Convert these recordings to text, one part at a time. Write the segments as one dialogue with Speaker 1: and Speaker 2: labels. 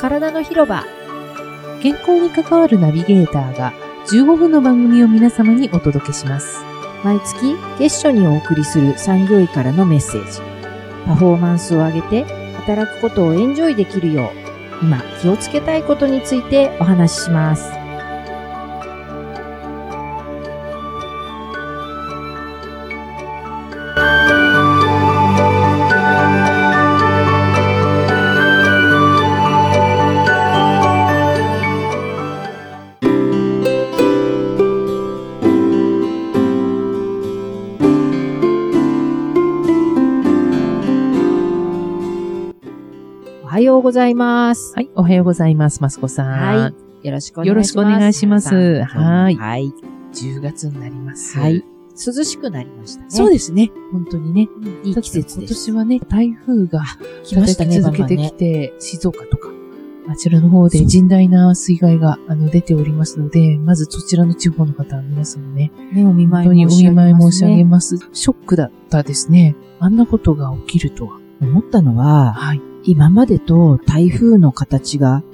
Speaker 1: 体の広場
Speaker 2: 健康に関わるナビゲーターが15分の番組を皆様にお届けします。
Speaker 1: 毎月月初にお送りする産業医からのメッセージパフォーマンスを上げて働くことをエンジョイできるよう今気をつけたいことについてお話ししますおはようございます、
Speaker 2: はい、おはようございます、マスコさん。
Speaker 1: はい。よろしくお願いします
Speaker 2: よろしくお願いします
Speaker 1: 皆さん
Speaker 2: はい
Speaker 1: はい
Speaker 2: 10月になります。
Speaker 1: はい。涼しくなりましたね
Speaker 2: そうですね。本当にね。
Speaker 1: いい季節です
Speaker 2: ただ今年はね、台風が
Speaker 1: 来ましたね
Speaker 2: 立て続け
Speaker 1: バ
Speaker 2: て
Speaker 1: ンバン
Speaker 2: き
Speaker 1: ね
Speaker 2: て、静岡とか、あちらの方で甚大な水害があの出ておりますので、まずそちらの地方の方、皆さんね、
Speaker 1: ねお見
Speaker 2: 本
Speaker 1: 舞
Speaker 2: 当に
Speaker 1: い
Speaker 2: お
Speaker 1: 申し上
Speaker 2: 見
Speaker 1: げます、ね、
Speaker 2: 舞い申し上げます。ショックだったですね。あんなことが起きるとは。
Speaker 1: 思ったのは、
Speaker 2: はい。
Speaker 1: 今までと台風の形が、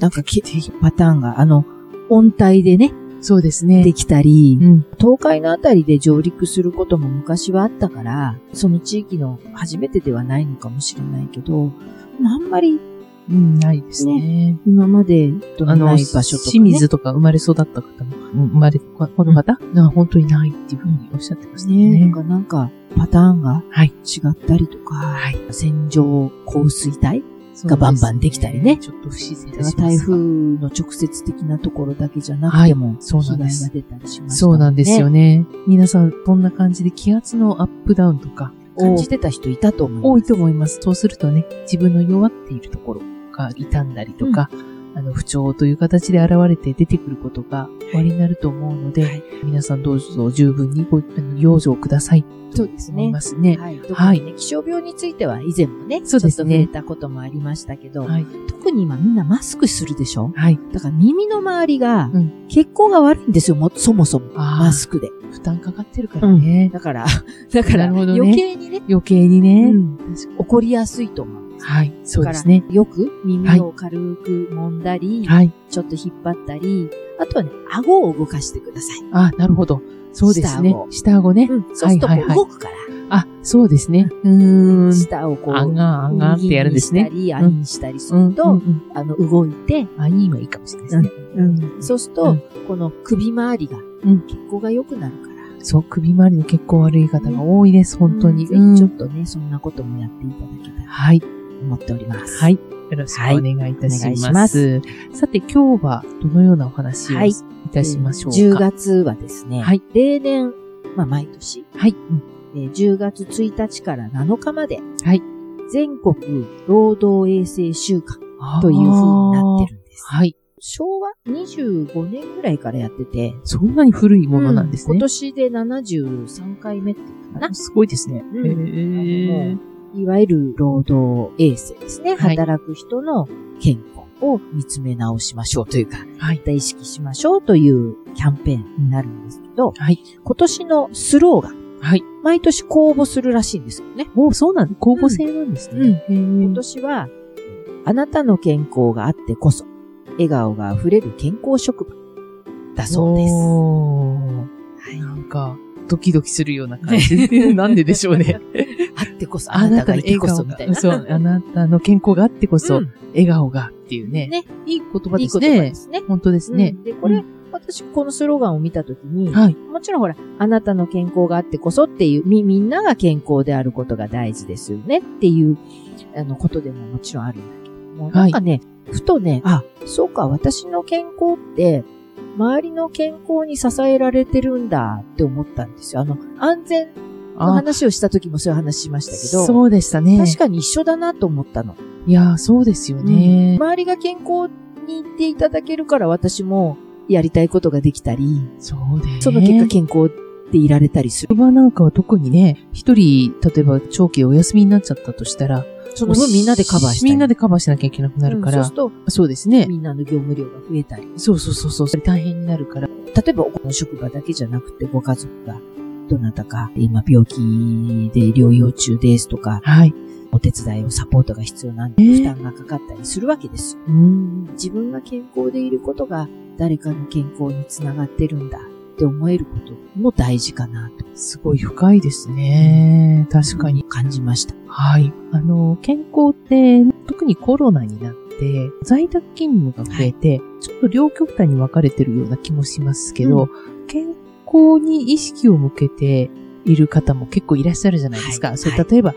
Speaker 1: なんかきパターンが、あの、温帯でね、
Speaker 2: そうですね。
Speaker 1: できたり
Speaker 2: う、ん。
Speaker 1: 東海のあたりで上陸することも昔はあったから、その地域の初めてではないのかもしれないけど、まああんまり
Speaker 2: うん、ないですね。
Speaker 1: 今までと
Speaker 2: あの、
Speaker 1: ない場所とか、ね、
Speaker 2: 清水とか生まれ育った方も、生まれ、ここの方が本当にないっていうふうにおっしゃってました
Speaker 1: ねなん
Speaker 2: ね。
Speaker 1: かなんかパターンが
Speaker 2: はい
Speaker 1: 違ったりとか、
Speaker 2: はい
Speaker 1: 線状降水帯
Speaker 2: そうですね
Speaker 1: がバンバンできたりね
Speaker 2: ちょっと不自然
Speaker 1: だ
Speaker 2: で
Speaker 1: から
Speaker 2: すが
Speaker 1: 台風の直接的なところだけじゃなくても、
Speaker 2: そう
Speaker 1: 被
Speaker 2: なんで
Speaker 1: 害が
Speaker 2: す。
Speaker 1: 出たりしましたもね
Speaker 2: そうなんですよね。皆さん、こんな感じで気圧のアップダウンとか、
Speaker 1: 感じてた人いたと思う。
Speaker 2: 多いと思います。そうするとね、自分の弱っているところが傷んだりとか、あの、不調という形で現れて出てくることが終わりになると思うので、
Speaker 1: はい
Speaker 2: 皆さんどうぞ十分にごあの養生ください
Speaker 1: そ
Speaker 2: と
Speaker 1: うですね
Speaker 2: 思いますね。
Speaker 1: はい。特にね、
Speaker 2: はい
Speaker 1: 気象病については以前もね、
Speaker 2: そうですね
Speaker 1: ちょっと触れたこともありましたけど、
Speaker 2: はい。
Speaker 1: 特に今みんなマスクするでしょ
Speaker 2: はい。
Speaker 1: だから耳の周りが
Speaker 2: う
Speaker 1: 血行が悪いんですよ、もそもそも。
Speaker 2: あー
Speaker 1: マスクで。
Speaker 2: 負担かかってるからね。
Speaker 1: だから、 だから
Speaker 2: なるほどね
Speaker 1: 余計にね、
Speaker 2: 余計にね、
Speaker 1: うん起こりやすいと思う。
Speaker 2: はい。そうですね。
Speaker 1: よく耳を軽く揉んだり、
Speaker 2: はい。
Speaker 1: ちょっと引っ張ったり、あとはね、顎を動かしてください。
Speaker 2: あ、なるほど。そうですね
Speaker 1: 下。顎
Speaker 2: 下顎ね。
Speaker 1: そうすると
Speaker 2: は
Speaker 1: こ
Speaker 2: い
Speaker 1: う
Speaker 2: はいはい
Speaker 1: 動くから、
Speaker 2: あ、そうですね。うーん。
Speaker 1: 下をこ
Speaker 2: あん
Speaker 1: う、
Speaker 2: がんあんがんってやるんですね。
Speaker 1: 右にしたり、アインしたりすると、
Speaker 2: うんうん
Speaker 1: あの、動いて、
Speaker 2: うんあ、いいはいいかもしれないですね。
Speaker 1: そうすると、
Speaker 2: うん
Speaker 1: この首周りが、
Speaker 2: ん
Speaker 1: 血行が良くなるから。
Speaker 2: そう、首周りの血行悪い方が多いです、本当に。
Speaker 1: ぜひちょ
Speaker 2: う
Speaker 1: っ
Speaker 2: ん
Speaker 1: とね、そんなこともやっていただけたら
Speaker 2: はい。
Speaker 1: と思っております。
Speaker 2: はい。。よろしくお願いいたし
Speaker 1: はいお願いし
Speaker 2: ま。
Speaker 1: ます
Speaker 2: さて、今日はどのようなお話を
Speaker 1: はい
Speaker 2: いたしましょうか。
Speaker 1: 10月はですね、
Speaker 2: はい
Speaker 1: 例年、まあ毎年、
Speaker 2: はい。
Speaker 1: えー10月1日から7日まで、
Speaker 2: はい
Speaker 1: 全国労働衛生週間という風になって
Speaker 2: る。
Speaker 1: るんです。
Speaker 2: はい。
Speaker 1: 昭和25年ぐらいからやってて、
Speaker 2: そんなに古いものなんです
Speaker 1: う
Speaker 2: ね
Speaker 1: 今。年で73回目っていうかな。
Speaker 2: すごいですね。
Speaker 1: うん
Speaker 2: へ
Speaker 1: あの
Speaker 2: ー
Speaker 1: いわゆる労働衛生ですね。
Speaker 2: はい
Speaker 1: 働く人の健康を見つめ直しましょうというか、
Speaker 2: はい。
Speaker 1: 意識しましょうというキャンペーンになるんですけど、
Speaker 2: はい。
Speaker 1: 今年のスローが
Speaker 2: はい。
Speaker 1: 毎年公募するらしいんですよね。
Speaker 2: おそうなんだ。公募制なんですね。
Speaker 1: 今年は、あなたの健康があってこそ、笑顔が溢れる健康職場だそうです。
Speaker 2: おー
Speaker 1: はい
Speaker 2: なんか、ドキドキするような感 じで。なんででしょうね。
Speaker 1: あってこそ、あなたがいてこそみたいな。
Speaker 2: そう、あなたの健康があってこそ、
Speaker 1: うん
Speaker 2: 笑顔がっていうね。
Speaker 1: ね、
Speaker 2: いい言葉
Speaker 1: い
Speaker 2: で
Speaker 1: い
Speaker 2: す
Speaker 1: 言葉
Speaker 2: ね
Speaker 1: で。すね。
Speaker 2: 本当ですね。
Speaker 1: うんで、これ、
Speaker 2: う
Speaker 1: 私、このスローガンを見たときに、
Speaker 2: はい。
Speaker 1: もちろんほら、あなたの健康があってこそっていう、み、みんなが健康であることが大事ですよねっていう、あの、ことでももちろんあるんだけども、
Speaker 2: はい
Speaker 1: なんかね、ふとね、あ、そうか、私の健康って、周りの健康に支えられてるんだって思ったんですよ。あの、安全の
Speaker 2: あ、
Speaker 1: 話をした時もそういう話しましたけど、
Speaker 2: そうでしたね。
Speaker 1: 確かに一緒だなと思ったの。
Speaker 2: いやー、そうですよね。
Speaker 1: 周りが健康に言っていただけるから私もやりたいことができたり、
Speaker 2: そうです。
Speaker 1: その結果健康でいられたりする。
Speaker 2: 職場なんかは特にね、一人、例えば長期お休みになっちゃったとしたら、
Speaker 1: その分みんなでカバーしたり。
Speaker 2: みんな
Speaker 1: で
Speaker 2: でカバーしなきゃいけなくなるから、
Speaker 1: そうすると、
Speaker 2: そうですね。
Speaker 1: みんなの業務量が増えたり。
Speaker 2: そうそうそうそう、それ大変になるから。
Speaker 1: 例えば、この職場だけじゃなくて、ご家族が、どなたか、今病気で療養中ですとか、
Speaker 2: はい。
Speaker 1: お手伝いをサポートが必要なんで、負担がかかったりするわけですよ。
Speaker 2: うん。
Speaker 1: 自分が健康でいることが誰かの健康につながってるんだって思えることも大事かなと
Speaker 2: すごい深いですね。確かに。
Speaker 1: 感じました。
Speaker 2: はい。あの、健康って、特にコロナになって、在宅勤務が増えて、ちょっと両極端に分かれてるような気もしますけど、健康に意識を向けている方も結構いらっしゃるじゃないですか。
Speaker 1: はい
Speaker 2: それ、
Speaker 1: はい
Speaker 2: 例えば、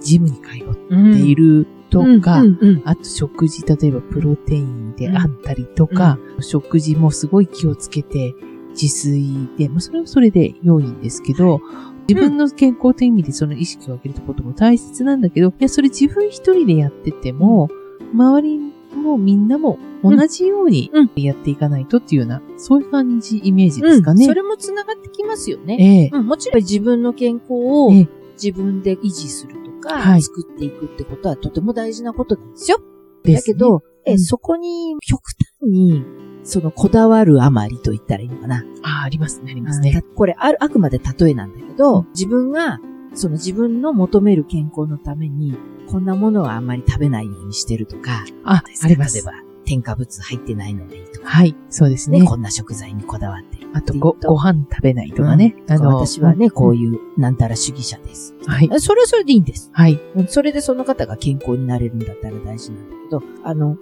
Speaker 2: ジムに通って
Speaker 1: うん
Speaker 2: いるとか、
Speaker 1: うんうん
Speaker 2: あと食事、例えばプロテインであったりとか、食事もすごい気をつけて、自炊で、まあ、それはそれで良いんですけど、自分の健康という意味でその意識を上げるってことも大切なんだけど、いや、それ自分一人でやってても、周りもみんなも同じように
Speaker 1: うん
Speaker 2: やっていかないとっていうような、そういう感じ、イメージ
Speaker 1: うん
Speaker 2: ですかね。
Speaker 1: それもつながってきますよね。
Speaker 2: ええ
Speaker 1: うん、もちろん自分の健康を
Speaker 2: ええ
Speaker 1: 自分で維持するとか、
Speaker 2: はい
Speaker 1: 作っていくってことはとても大事なことなんですよ。
Speaker 2: で
Speaker 1: だ
Speaker 2: すね
Speaker 1: けど、
Speaker 2: う
Speaker 1: え
Speaker 2: ん
Speaker 1: そこに極端に、そのこだわるあまりと言ったらいいのかな。
Speaker 2: ああ、ありますね、ありますね。
Speaker 1: たこれある、あくまで例えなんだけど、
Speaker 2: うん
Speaker 1: 自分が、その自分の求める健康のために、こんなものはあんまり食べないようにしてるとか、
Speaker 2: あ、あります
Speaker 1: 例え。ば、添加物入ってないのがいいとか、
Speaker 2: はい、そうです
Speaker 1: ね
Speaker 2: ね。
Speaker 1: こんな食材にこだわってる。
Speaker 2: あとご、
Speaker 1: えっと
Speaker 2: ご飯食べないとかね。あの、
Speaker 1: 私はね、こういう、なんたら主義者です。
Speaker 2: はい。
Speaker 1: えそれはそれでいいんです。
Speaker 2: はい。
Speaker 1: うんそれでその方が健康になれるんだったら大事なんだけど、あの、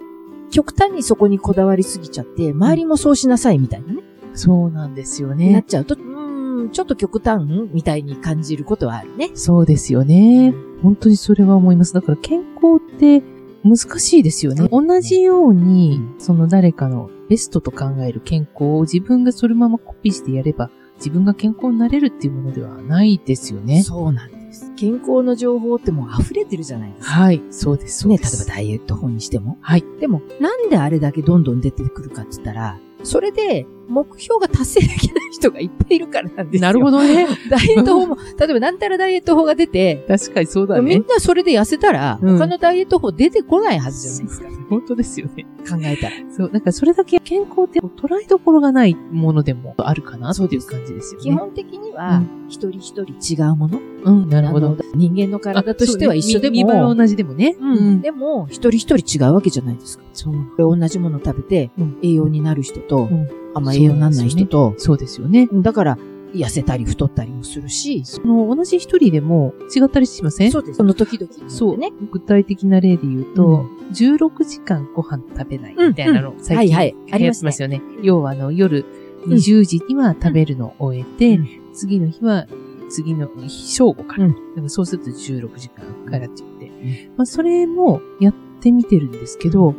Speaker 1: 極端にそこにこだわりすぎちゃって、周りもそうしなさいみたいなね、
Speaker 2: そうなんですよ
Speaker 1: なっ
Speaker 2: ね。
Speaker 1: ちゃうと、うーん、ちょっと極端みたいに感じることはあるね。
Speaker 2: そうですよね。本当にそれは思います。だから健康って難しいですよね。
Speaker 1: うん
Speaker 2: 同じように
Speaker 1: う、
Speaker 2: その誰かのベストと考える健康を自分がそのままコピーしてやれば、自分が健康になれるっていうものではないですよね。
Speaker 1: そうなんです。健康の情報ってもう溢れてるじゃないですか。
Speaker 2: はい。そうです。そう
Speaker 1: ね、
Speaker 2: で
Speaker 1: 例えば
Speaker 2: す。
Speaker 1: ダイエット法にしても。
Speaker 2: はい。
Speaker 1: でも、なんであれだけどんどん出てくるかって言ったら、それで目標が達成できない人がいっぱいいるからなんですよ。
Speaker 2: なるほ
Speaker 1: ど。
Speaker 2: どね。
Speaker 1: ダイエット法も、例えばなんたらダイエット法が出て、
Speaker 2: 確かにそうだ
Speaker 1: み
Speaker 2: ね
Speaker 1: ん。なそれで痩せたら、
Speaker 2: うん
Speaker 1: 他のダイエット法出てこないはずじゃないですか。
Speaker 2: 本当ですよね。
Speaker 1: 考えたら。
Speaker 2: そう。だからそれだけ健康って捉えどころがないものでもあるかなっていう感じですよね。
Speaker 1: 基本的には、
Speaker 2: う
Speaker 1: 一人一人違うもの。
Speaker 2: うん、なるほ
Speaker 1: あ
Speaker 2: ど
Speaker 1: の。人間の体としては一緒で
Speaker 2: 見見栄は
Speaker 1: も、
Speaker 2: 同じでもね。
Speaker 1: うんでも、一人一人違うわけじゃないですか。
Speaker 2: そう。
Speaker 1: これ同じもの食べて
Speaker 2: うん、
Speaker 1: 栄養になる人と、
Speaker 2: うん
Speaker 1: あんま栄養にならない人と、
Speaker 2: そうですよね。
Speaker 1: だから、痩せたり太ったりもするし、そ
Speaker 2: あの、同じ一人でも違ったりしません
Speaker 1: うです。その時々によってね。
Speaker 2: そう。具体的な例で言うと、16時間ご飯食べないみたいなの、
Speaker 1: は
Speaker 2: 最
Speaker 1: い
Speaker 2: 近、
Speaker 1: はい。あ
Speaker 2: 流
Speaker 1: りま
Speaker 2: 行って
Speaker 1: す
Speaker 2: ま
Speaker 1: ね。
Speaker 2: すよね。要は、あの、夜20時には食べるのを終えて、
Speaker 1: うん
Speaker 2: 次の日は、次の日正午から。
Speaker 1: うん
Speaker 2: だからそうすると16時間からって言って。まあ、それもやってみてるんですけど、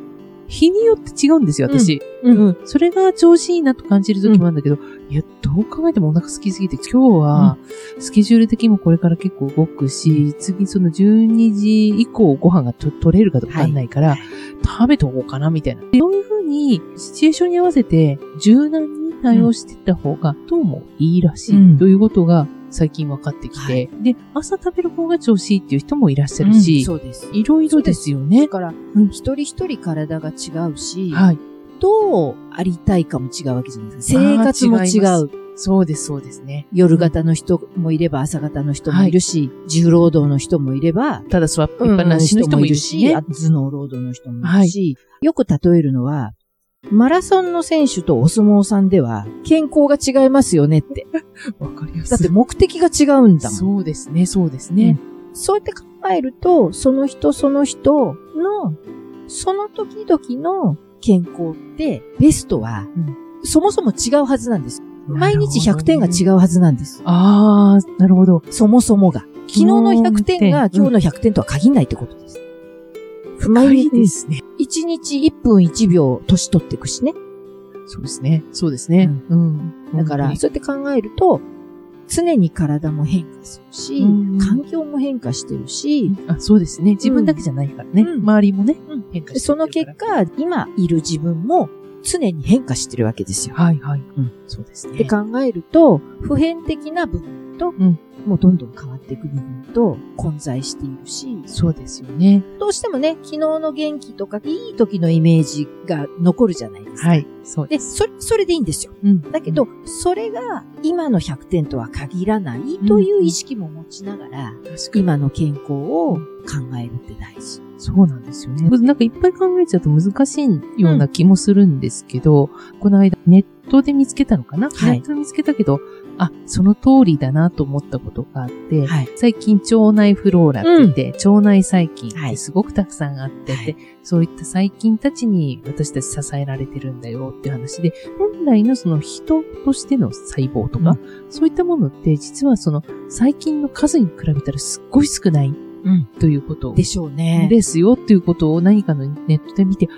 Speaker 2: 日によって違うんですよ、私。
Speaker 1: うん
Speaker 2: うん、それが調子いいなと感じる時もあるんだけど、いや、どう考えてもお腹空きすぎて、今日は、スケジュール的にもこれから結構動くし、次その12時以降ご飯がと取れるかとかわかんないから、
Speaker 1: はい
Speaker 2: 食べとこうかなみたいな。でそういうふうに、シチュエーションに合わせて、柔軟に対応していった方が、どうもいいらしい、
Speaker 1: うん
Speaker 2: ということが最近分かってきて、
Speaker 1: はい
Speaker 2: で、朝食べる方が調子いいっていう人もいらっしゃ
Speaker 1: う
Speaker 2: る
Speaker 1: ん
Speaker 2: し、
Speaker 1: そうです。
Speaker 2: いろいろですよ
Speaker 1: だ
Speaker 2: ね。
Speaker 1: から
Speaker 2: うん、
Speaker 1: 一人一人体が違うし、
Speaker 2: はい。
Speaker 1: どうありたいかも違うわけじゃないですか。生活も
Speaker 2: あー
Speaker 1: 違
Speaker 2: 違います
Speaker 1: う。
Speaker 2: そうです、そうですね。
Speaker 1: 夜型の人もいれば朝型の人もいるし、重労働の人もいれば、
Speaker 2: ただ座っぱなしの人もいるしね。
Speaker 1: あ頭脳労働の人もいるし、よく例えるのは、マラソンの選手とお相撲さんでは健康が違いますよね って。
Speaker 2: わかりや
Speaker 1: だって目的が違うんだもん。そう
Speaker 2: そうですね、そうですね。
Speaker 1: やって考えると、その人その人の、その時々の健康って、ベストは、
Speaker 2: うん
Speaker 1: そもそも違うはずなんです。毎日100点が違
Speaker 2: う。
Speaker 1: うはずなんです。
Speaker 2: ああ、なるほど。
Speaker 1: そもそもが。昨日の100点が今日
Speaker 2: の
Speaker 1: の100点とは限らないってことです。
Speaker 2: 毎
Speaker 1: 毎
Speaker 2: で
Speaker 1: 日、
Speaker 2: すね。
Speaker 1: 1日1分1秒年取っていくしね。
Speaker 2: そうですね。そうですね。うん。
Speaker 1: だから、
Speaker 2: 本
Speaker 1: そうやって考えると、常に体も変化するし、
Speaker 2: うん
Speaker 1: 環境も変化してるし、
Speaker 2: 当にあ、そうですね。自分だけじゃないからね。
Speaker 1: うん
Speaker 2: 周りもね、
Speaker 1: うん
Speaker 2: 変化してるから
Speaker 1: その結果、今いる自分も常に変化してるわけですよ。
Speaker 2: はいはい。
Speaker 1: うん
Speaker 2: そうです
Speaker 1: って
Speaker 2: ね。
Speaker 1: 考えると、普遍的な部分と、
Speaker 2: ん
Speaker 1: もうどんどん変わっていく部分と混在しているし、
Speaker 2: そうですよね。
Speaker 1: どうしてもね、昨日の元気とか、いい時のイメージが残るじゃないですか。
Speaker 2: はい。そう
Speaker 1: で、
Speaker 2: です。
Speaker 1: それ、それでいいんですよ。
Speaker 2: うん
Speaker 1: だけど、、それが今の100点とは限らないという意識も持ちながら、
Speaker 2: 確かに。
Speaker 1: 今の健康を考えるって大事。
Speaker 2: そうなんですよね。なんかいっぱい考えちゃうと難しいような気もするんですけど、この間ネットで見つけたのかな、
Speaker 1: はい
Speaker 2: ネットで見つけたけど、あ、その通りだなと思ったことがあって、
Speaker 1: はい。
Speaker 2: 最近腸内フローラって言って、腸内細菌っ
Speaker 1: は
Speaker 2: て
Speaker 1: い
Speaker 2: すごくたくさんあってて、
Speaker 1: はい
Speaker 2: そういった細菌たちに私たち支えられてるんだよっていう話で、本来のその人としての細胞とか、
Speaker 1: う
Speaker 2: そういったものって実はその細菌の数に比べたらすっごい少ない
Speaker 1: うん。
Speaker 2: ということを
Speaker 1: でしょうね。
Speaker 2: ですよっていうことを何かのネットで見て、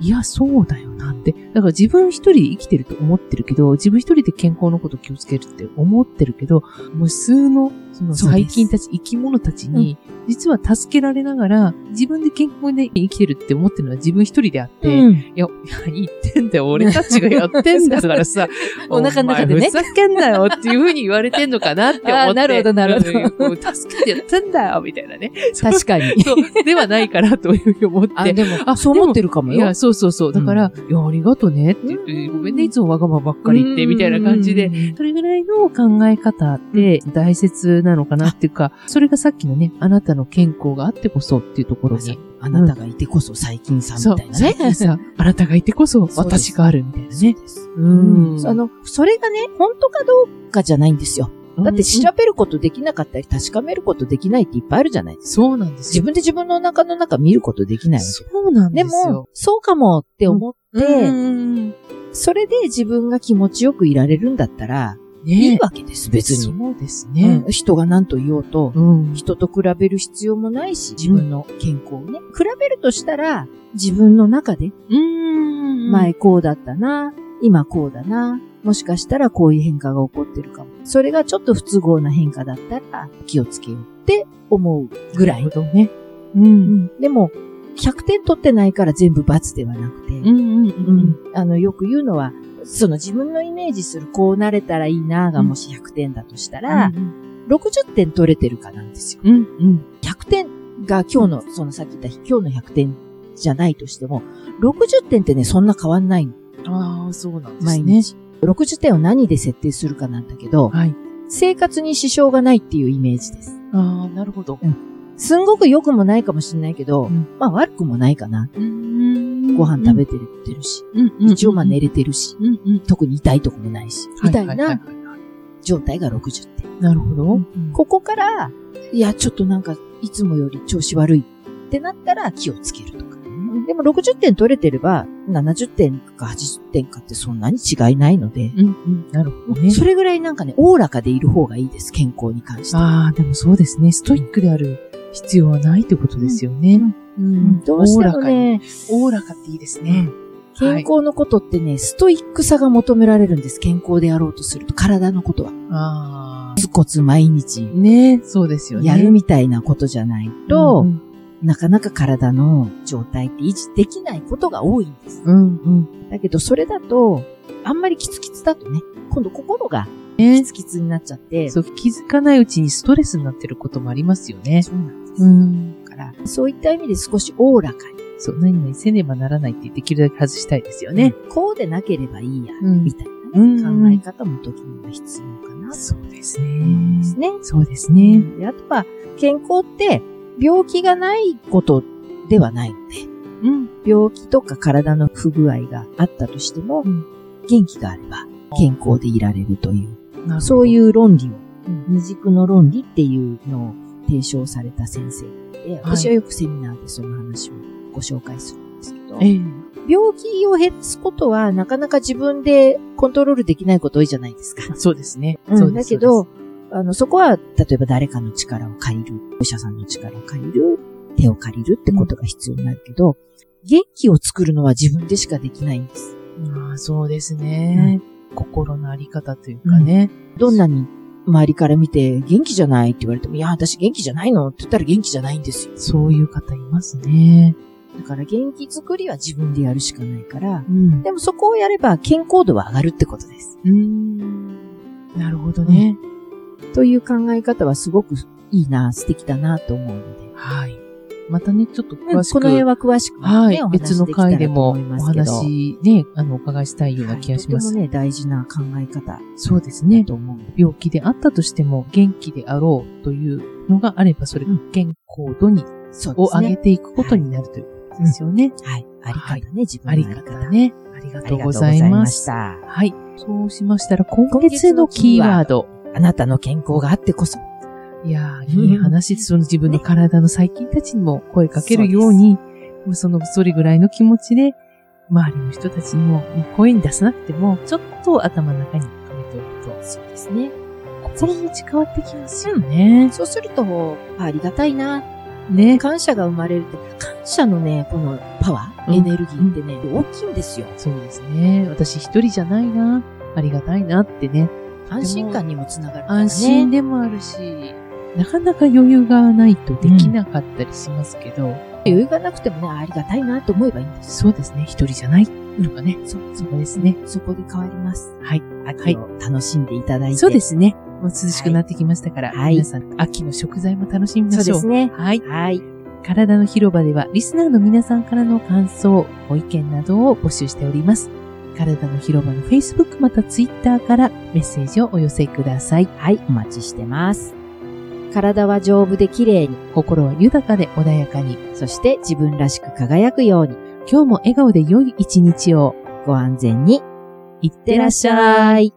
Speaker 2: いや、そうだよなって。だから自分一人で生きてると思ってるけど、自分一人で健康のこと気をつけるって思ってるけど、無数のその
Speaker 1: そうです
Speaker 2: 細菌たち、生き物たちに、実は助けられながら、自分で健康で生きてるって思ってるのは自分一人であって、い
Speaker 1: うん。、
Speaker 2: や、いや、言ってんだよ、俺たちがやってんだからさ
Speaker 1: お腹の中でね
Speaker 2: お前ふざけんなよっていうふうに言われてんのかなって思って。
Speaker 1: あーなるほどなるほど
Speaker 2: ど。助けてやってんだよ、みたいなね。
Speaker 1: 確か に。
Speaker 2: そう、ではないからというふうに思っ
Speaker 1: あ、
Speaker 2: て。
Speaker 1: でも、
Speaker 2: あ
Speaker 1: そう思ってるかも
Speaker 2: い
Speaker 1: よ
Speaker 2: や、。そうそうそう。だから、いや、ありがとねって言って、
Speaker 1: うん
Speaker 2: ごめんね、いつもわがままばっかり言って、みたいな感じで
Speaker 1: う。ん。
Speaker 2: それぐらいの考え方って大切なのかなっていうか、それがさっきのね、あなたの健康があってこそっていうところ
Speaker 1: まさ
Speaker 2: に
Speaker 1: に、あなたがいてこそ最近さんみたいな
Speaker 2: 最近
Speaker 1: ね。
Speaker 2: さ、あなたがいてこそ
Speaker 1: そうです
Speaker 2: 私があるみたいなね。う
Speaker 1: うん。あ
Speaker 2: だ
Speaker 1: の、それがね、本当かどうかじゃないんですよ。だって調
Speaker 2: ら
Speaker 1: べることできなかったり、確かめることできないっていっぱいあるじゃないですか。
Speaker 2: そうなんです
Speaker 1: 自
Speaker 2: よ。
Speaker 1: 分で自分のお腹の中見ることできないわけ。
Speaker 2: そうなん
Speaker 1: で
Speaker 2: です
Speaker 1: も
Speaker 2: よ。、
Speaker 1: そうかもって思って、
Speaker 2: うん
Speaker 1: それで自分が気持ちよくいられるんだったら、いい
Speaker 2: ね
Speaker 1: わけです、別に。
Speaker 2: そうです
Speaker 1: うん
Speaker 2: ね。
Speaker 1: 人が何と言おうと、
Speaker 2: うん
Speaker 1: 人と比べる必要もないし、自分の健康をね。比べるとしたら、自分の中で、
Speaker 2: うん
Speaker 1: 前こうだったな、今こうだな、もしかしたらこういう変化が起こってるかも。それがちょっと不都合な変化だったら、気をつけようって思うぐらい
Speaker 2: な。るほどね。う。
Speaker 1: うんんでも、100点取ってないから全部罰ではなくて、
Speaker 2: うんうんうん。
Speaker 1: あの、よく言うのは、その自分のイメージするこうなれたらいいながもし100点だとしたら、
Speaker 2: うん
Speaker 1: 60点取れてるかなんですよ。
Speaker 2: うんうん。
Speaker 1: 100点が今日の、そのさっき言った今日の100点じゃないとしても、60点ってね、そんな変わんないの。
Speaker 2: ああ、そうなんです
Speaker 1: 毎
Speaker 2: ね。
Speaker 1: 日。60点を何で設定するかなんだけど、
Speaker 2: はい。
Speaker 1: 生活に支障がないっていうイメージです。
Speaker 2: ああ、なるほど。
Speaker 1: すんごく良くもないかもしれないけど、
Speaker 2: うん
Speaker 1: まあ悪くもないかな。
Speaker 2: ご
Speaker 1: ご飯食べてるってるし、
Speaker 2: べ
Speaker 1: 一応まあ寝。れてるし、
Speaker 2: うんうん。
Speaker 1: 特に痛いとこもないし、みたいな。状態が60点。
Speaker 2: なるほど。
Speaker 1: ここから、いや、ちょっとなんか、いつもより調子悪いってなったら気をつけるとか。でも60点取れてれば、70点か80点かってそんなに違いないので、
Speaker 2: うんうん。なるほどね。
Speaker 1: それぐらいなんかね、おおらかでいる方がいいです、健康に関して。
Speaker 2: ああ、でもそうですね。ストイックである必要はないってことですよね。
Speaker 1: うんどうしてもね、
Speaker 2: おおらかっていいですね。
Speaker 1: 健康のことってね、ストイックさが求められるんです、健康でやろうとすると。体のことは。
Speaker 2: あ
Speaker 1: コツコツ毎日
Speaker 2: あ。、ねそうですよね。
Speaker 1: やるみたいなことじゃないと、
Speaker 2: うん
Speaker 1: なかなか体の状態って維持できないことが多いんです。
Speaker 2: うんうん。
Speaker 1: だけど、それだと、あんまりキツキツだとね、今度心が
Speaker 2: ね
Speaker 1: キツキツになっちゃって、
Speaker 2: そう、気づかないうちにストレスになってることもありますよね。
Speaker 1: そうなんです。
Speaker 2: うん。
Speaker 1: だから、そういった意味で少しおおらか
Speaker 2: そう、何々せねばならないってできるだけ外したいですよ
Speaker 1: に、ね
Speaker 2: ね。、
Speaker 1: こうでなければいいや、
Speaker 2: うん
Speaker 1: みたいな、
Speaker 2: うん
Speaker 1: ね考え方も時には必要かなと
Speaker 2: そうです
Speaker 1: 思い
Speaker 2: ね
Speaker 1: ま。すね。
Speaker 2: そうですね。
Speaker 1: であとは、健康って病気がないことではないので、
Speaker 2: うん。
Speaker 1: 病気とか体の不具合があったとしても、
Speaker 2: うん。
Speaker 1: 元気があれば健康でいられるというそういうう論理を、
Speaker 2: うん
Speaker 1: 二軸の論理っていうのを提唱された先生で、
Speaker 2: はい
Speaker 1: 私はよくセミナーでその話をご紹介するんですけど、
Speaker 2: ええ。
Speaker 1: 病気を減らすことはなかなか自分でコントロールできないこと多いじゃないですか。
Speaker 2: そうですね。
Speaker 1: うん
Speaker 2: そうで
Speaker 1: だ
Speaker 2: す
Speaker 1: けど、、あの、そこは、例えば誰かの力を借りる、お医者さんの力を借りる、手を借りるってことが必要になるけど、元気を作るのは自分でしかできないんです。
Speaker 2: ああ、そうですね。心のあり方というかね。
Speaker 1: どんなに周りから見て元気じゃないって言われても、いや、私元気じゃないのって言ったら元気じゃないんですよ。
Speaker 2: そういう方いますね。
Speaker 1: だから元気作りは自分でやるしかないから、
Speaker 2: うん。
Speaker 1: でもそこをやれば健康度は上がるってことです。
Speaker 2: うーん。なるほどね。
Speaker 1: という考え方はすごくいいな、素敵だなと思うので。
Speaker 2: はい。またね、ちょっと詳しく。
Speaker 1: この辺は詳しく、ね
Speaker 2: はい
Speaker 1: お。話
Speaker 2: 別の
Speaker 1: きたら
Speaker 2: 回でもお
Speaker 1: と思いますけど
Speaker 2: 話ね、あの、お伺いしたいような気がしま
Speaker 1: はい
Speaker 2: す。
Speaker 1: とてもね、大事な考え方
Speaker 2: そうです
Speaker 1: だ
Speaker 2: ね。
Speaker 1: と思うので。
Speaker 2: 病気であったとしても元気であろうというのがあれば、それが健康度に、
Speaker 1: そうで
Speaker 2: を
Speaker 1: す
Speaker 2: 上げ
Speaker 1: ね。
Speaker 2: ていくことになるということですよね。
Speaker 1: はい。あり
Speaker 2: はい
Speaker 1: 方ね、自分の
Speaker 2: あり
Speaker 1: あり
Speaker 2: 方
Speaker 1: 方。
Speaker 2: ね。ありがとうございます。
Speaker 1: ありがとうございま
Speaker 2: はい。そうしましたら、今
Speaker 1: 今
Speaker 2: 月
Speaker 1: 月
Speaker 2: の
Speaker 1: の
Speaker 2: キ
Speaker 1: キ
Speaker 2: ー
Speaker 1: ー
Speaker 2: ワ
Speaker 1: ワ
Speaker 2: ード。
Speaker 1: した。あなたの健康があってこそ。
Speaker 2: いやー、
Speaker 1: うん
Speaker 2: いい話です。その自分の体の細菌たちにも声かけるように、もうその、それぐらいの気持ちで、周りの人たちにも、もう声に出さなくても、ちょっと頭の中に留めておくと、
Speaker 1: そうですね。
Speaker 2: 心持ち変わってきますよね。
Speaker 1: そうすると、ありがたいな。
Speaker 2: ね。
Speaker 1: 感謝が生まれるって、感謝のね、このパワー、
Speaker 2: うん
Speaker 1: エネルギーってね、大きいんですよ。
Speaker 2: そうですね。私一人じゃないな。ありがたいなってね。
Speaker 1: 安心感にもつながるからね。
Speaker 2: 安心でもあるし、なかなか余裕がないとできなかったりしますけど、
Speaker 1: 余裕がなくてもね、ありがたいなと思えばいいんです。
Speaker 2: そうですね。一人じゃないとかね。そう、そこですね。
Speaker 1: そこで変わります。
Speaker 2: はい。
Speaker 1: 秋を楽しんでいただいて。。
Speaker 2: そうですすね。もう涼しくなってきましたから、
Speaker 1: はい
Speaker 2: 皆さん、秋の食材も楽しみま
Speaker 1: そう
Speaker 2: し
Speaker 1: で
Speaker 2: ょう。
Speaker 1: すね。
Speaker 2: はい。
Speaker 1: はい。
Speaker 2: 体の広場では、リスナーの皆さんからの感想、ご意見などを募集しております。体の広場の Facebook また Twitter からメッセージをお寄せください。
Speaker 1: はい、お待ちしてます。体は丈夫で綺麗に、
Speaker 2: 心は豊かで穏やかに。
Speaker 1: そして自分らしく輝くように、
Speaker 2: 今日も笑顔で良い一日を。
Speaker 1: ご安全に、いっ
Speaker 2: いって
Speaker 1: らっしゃい。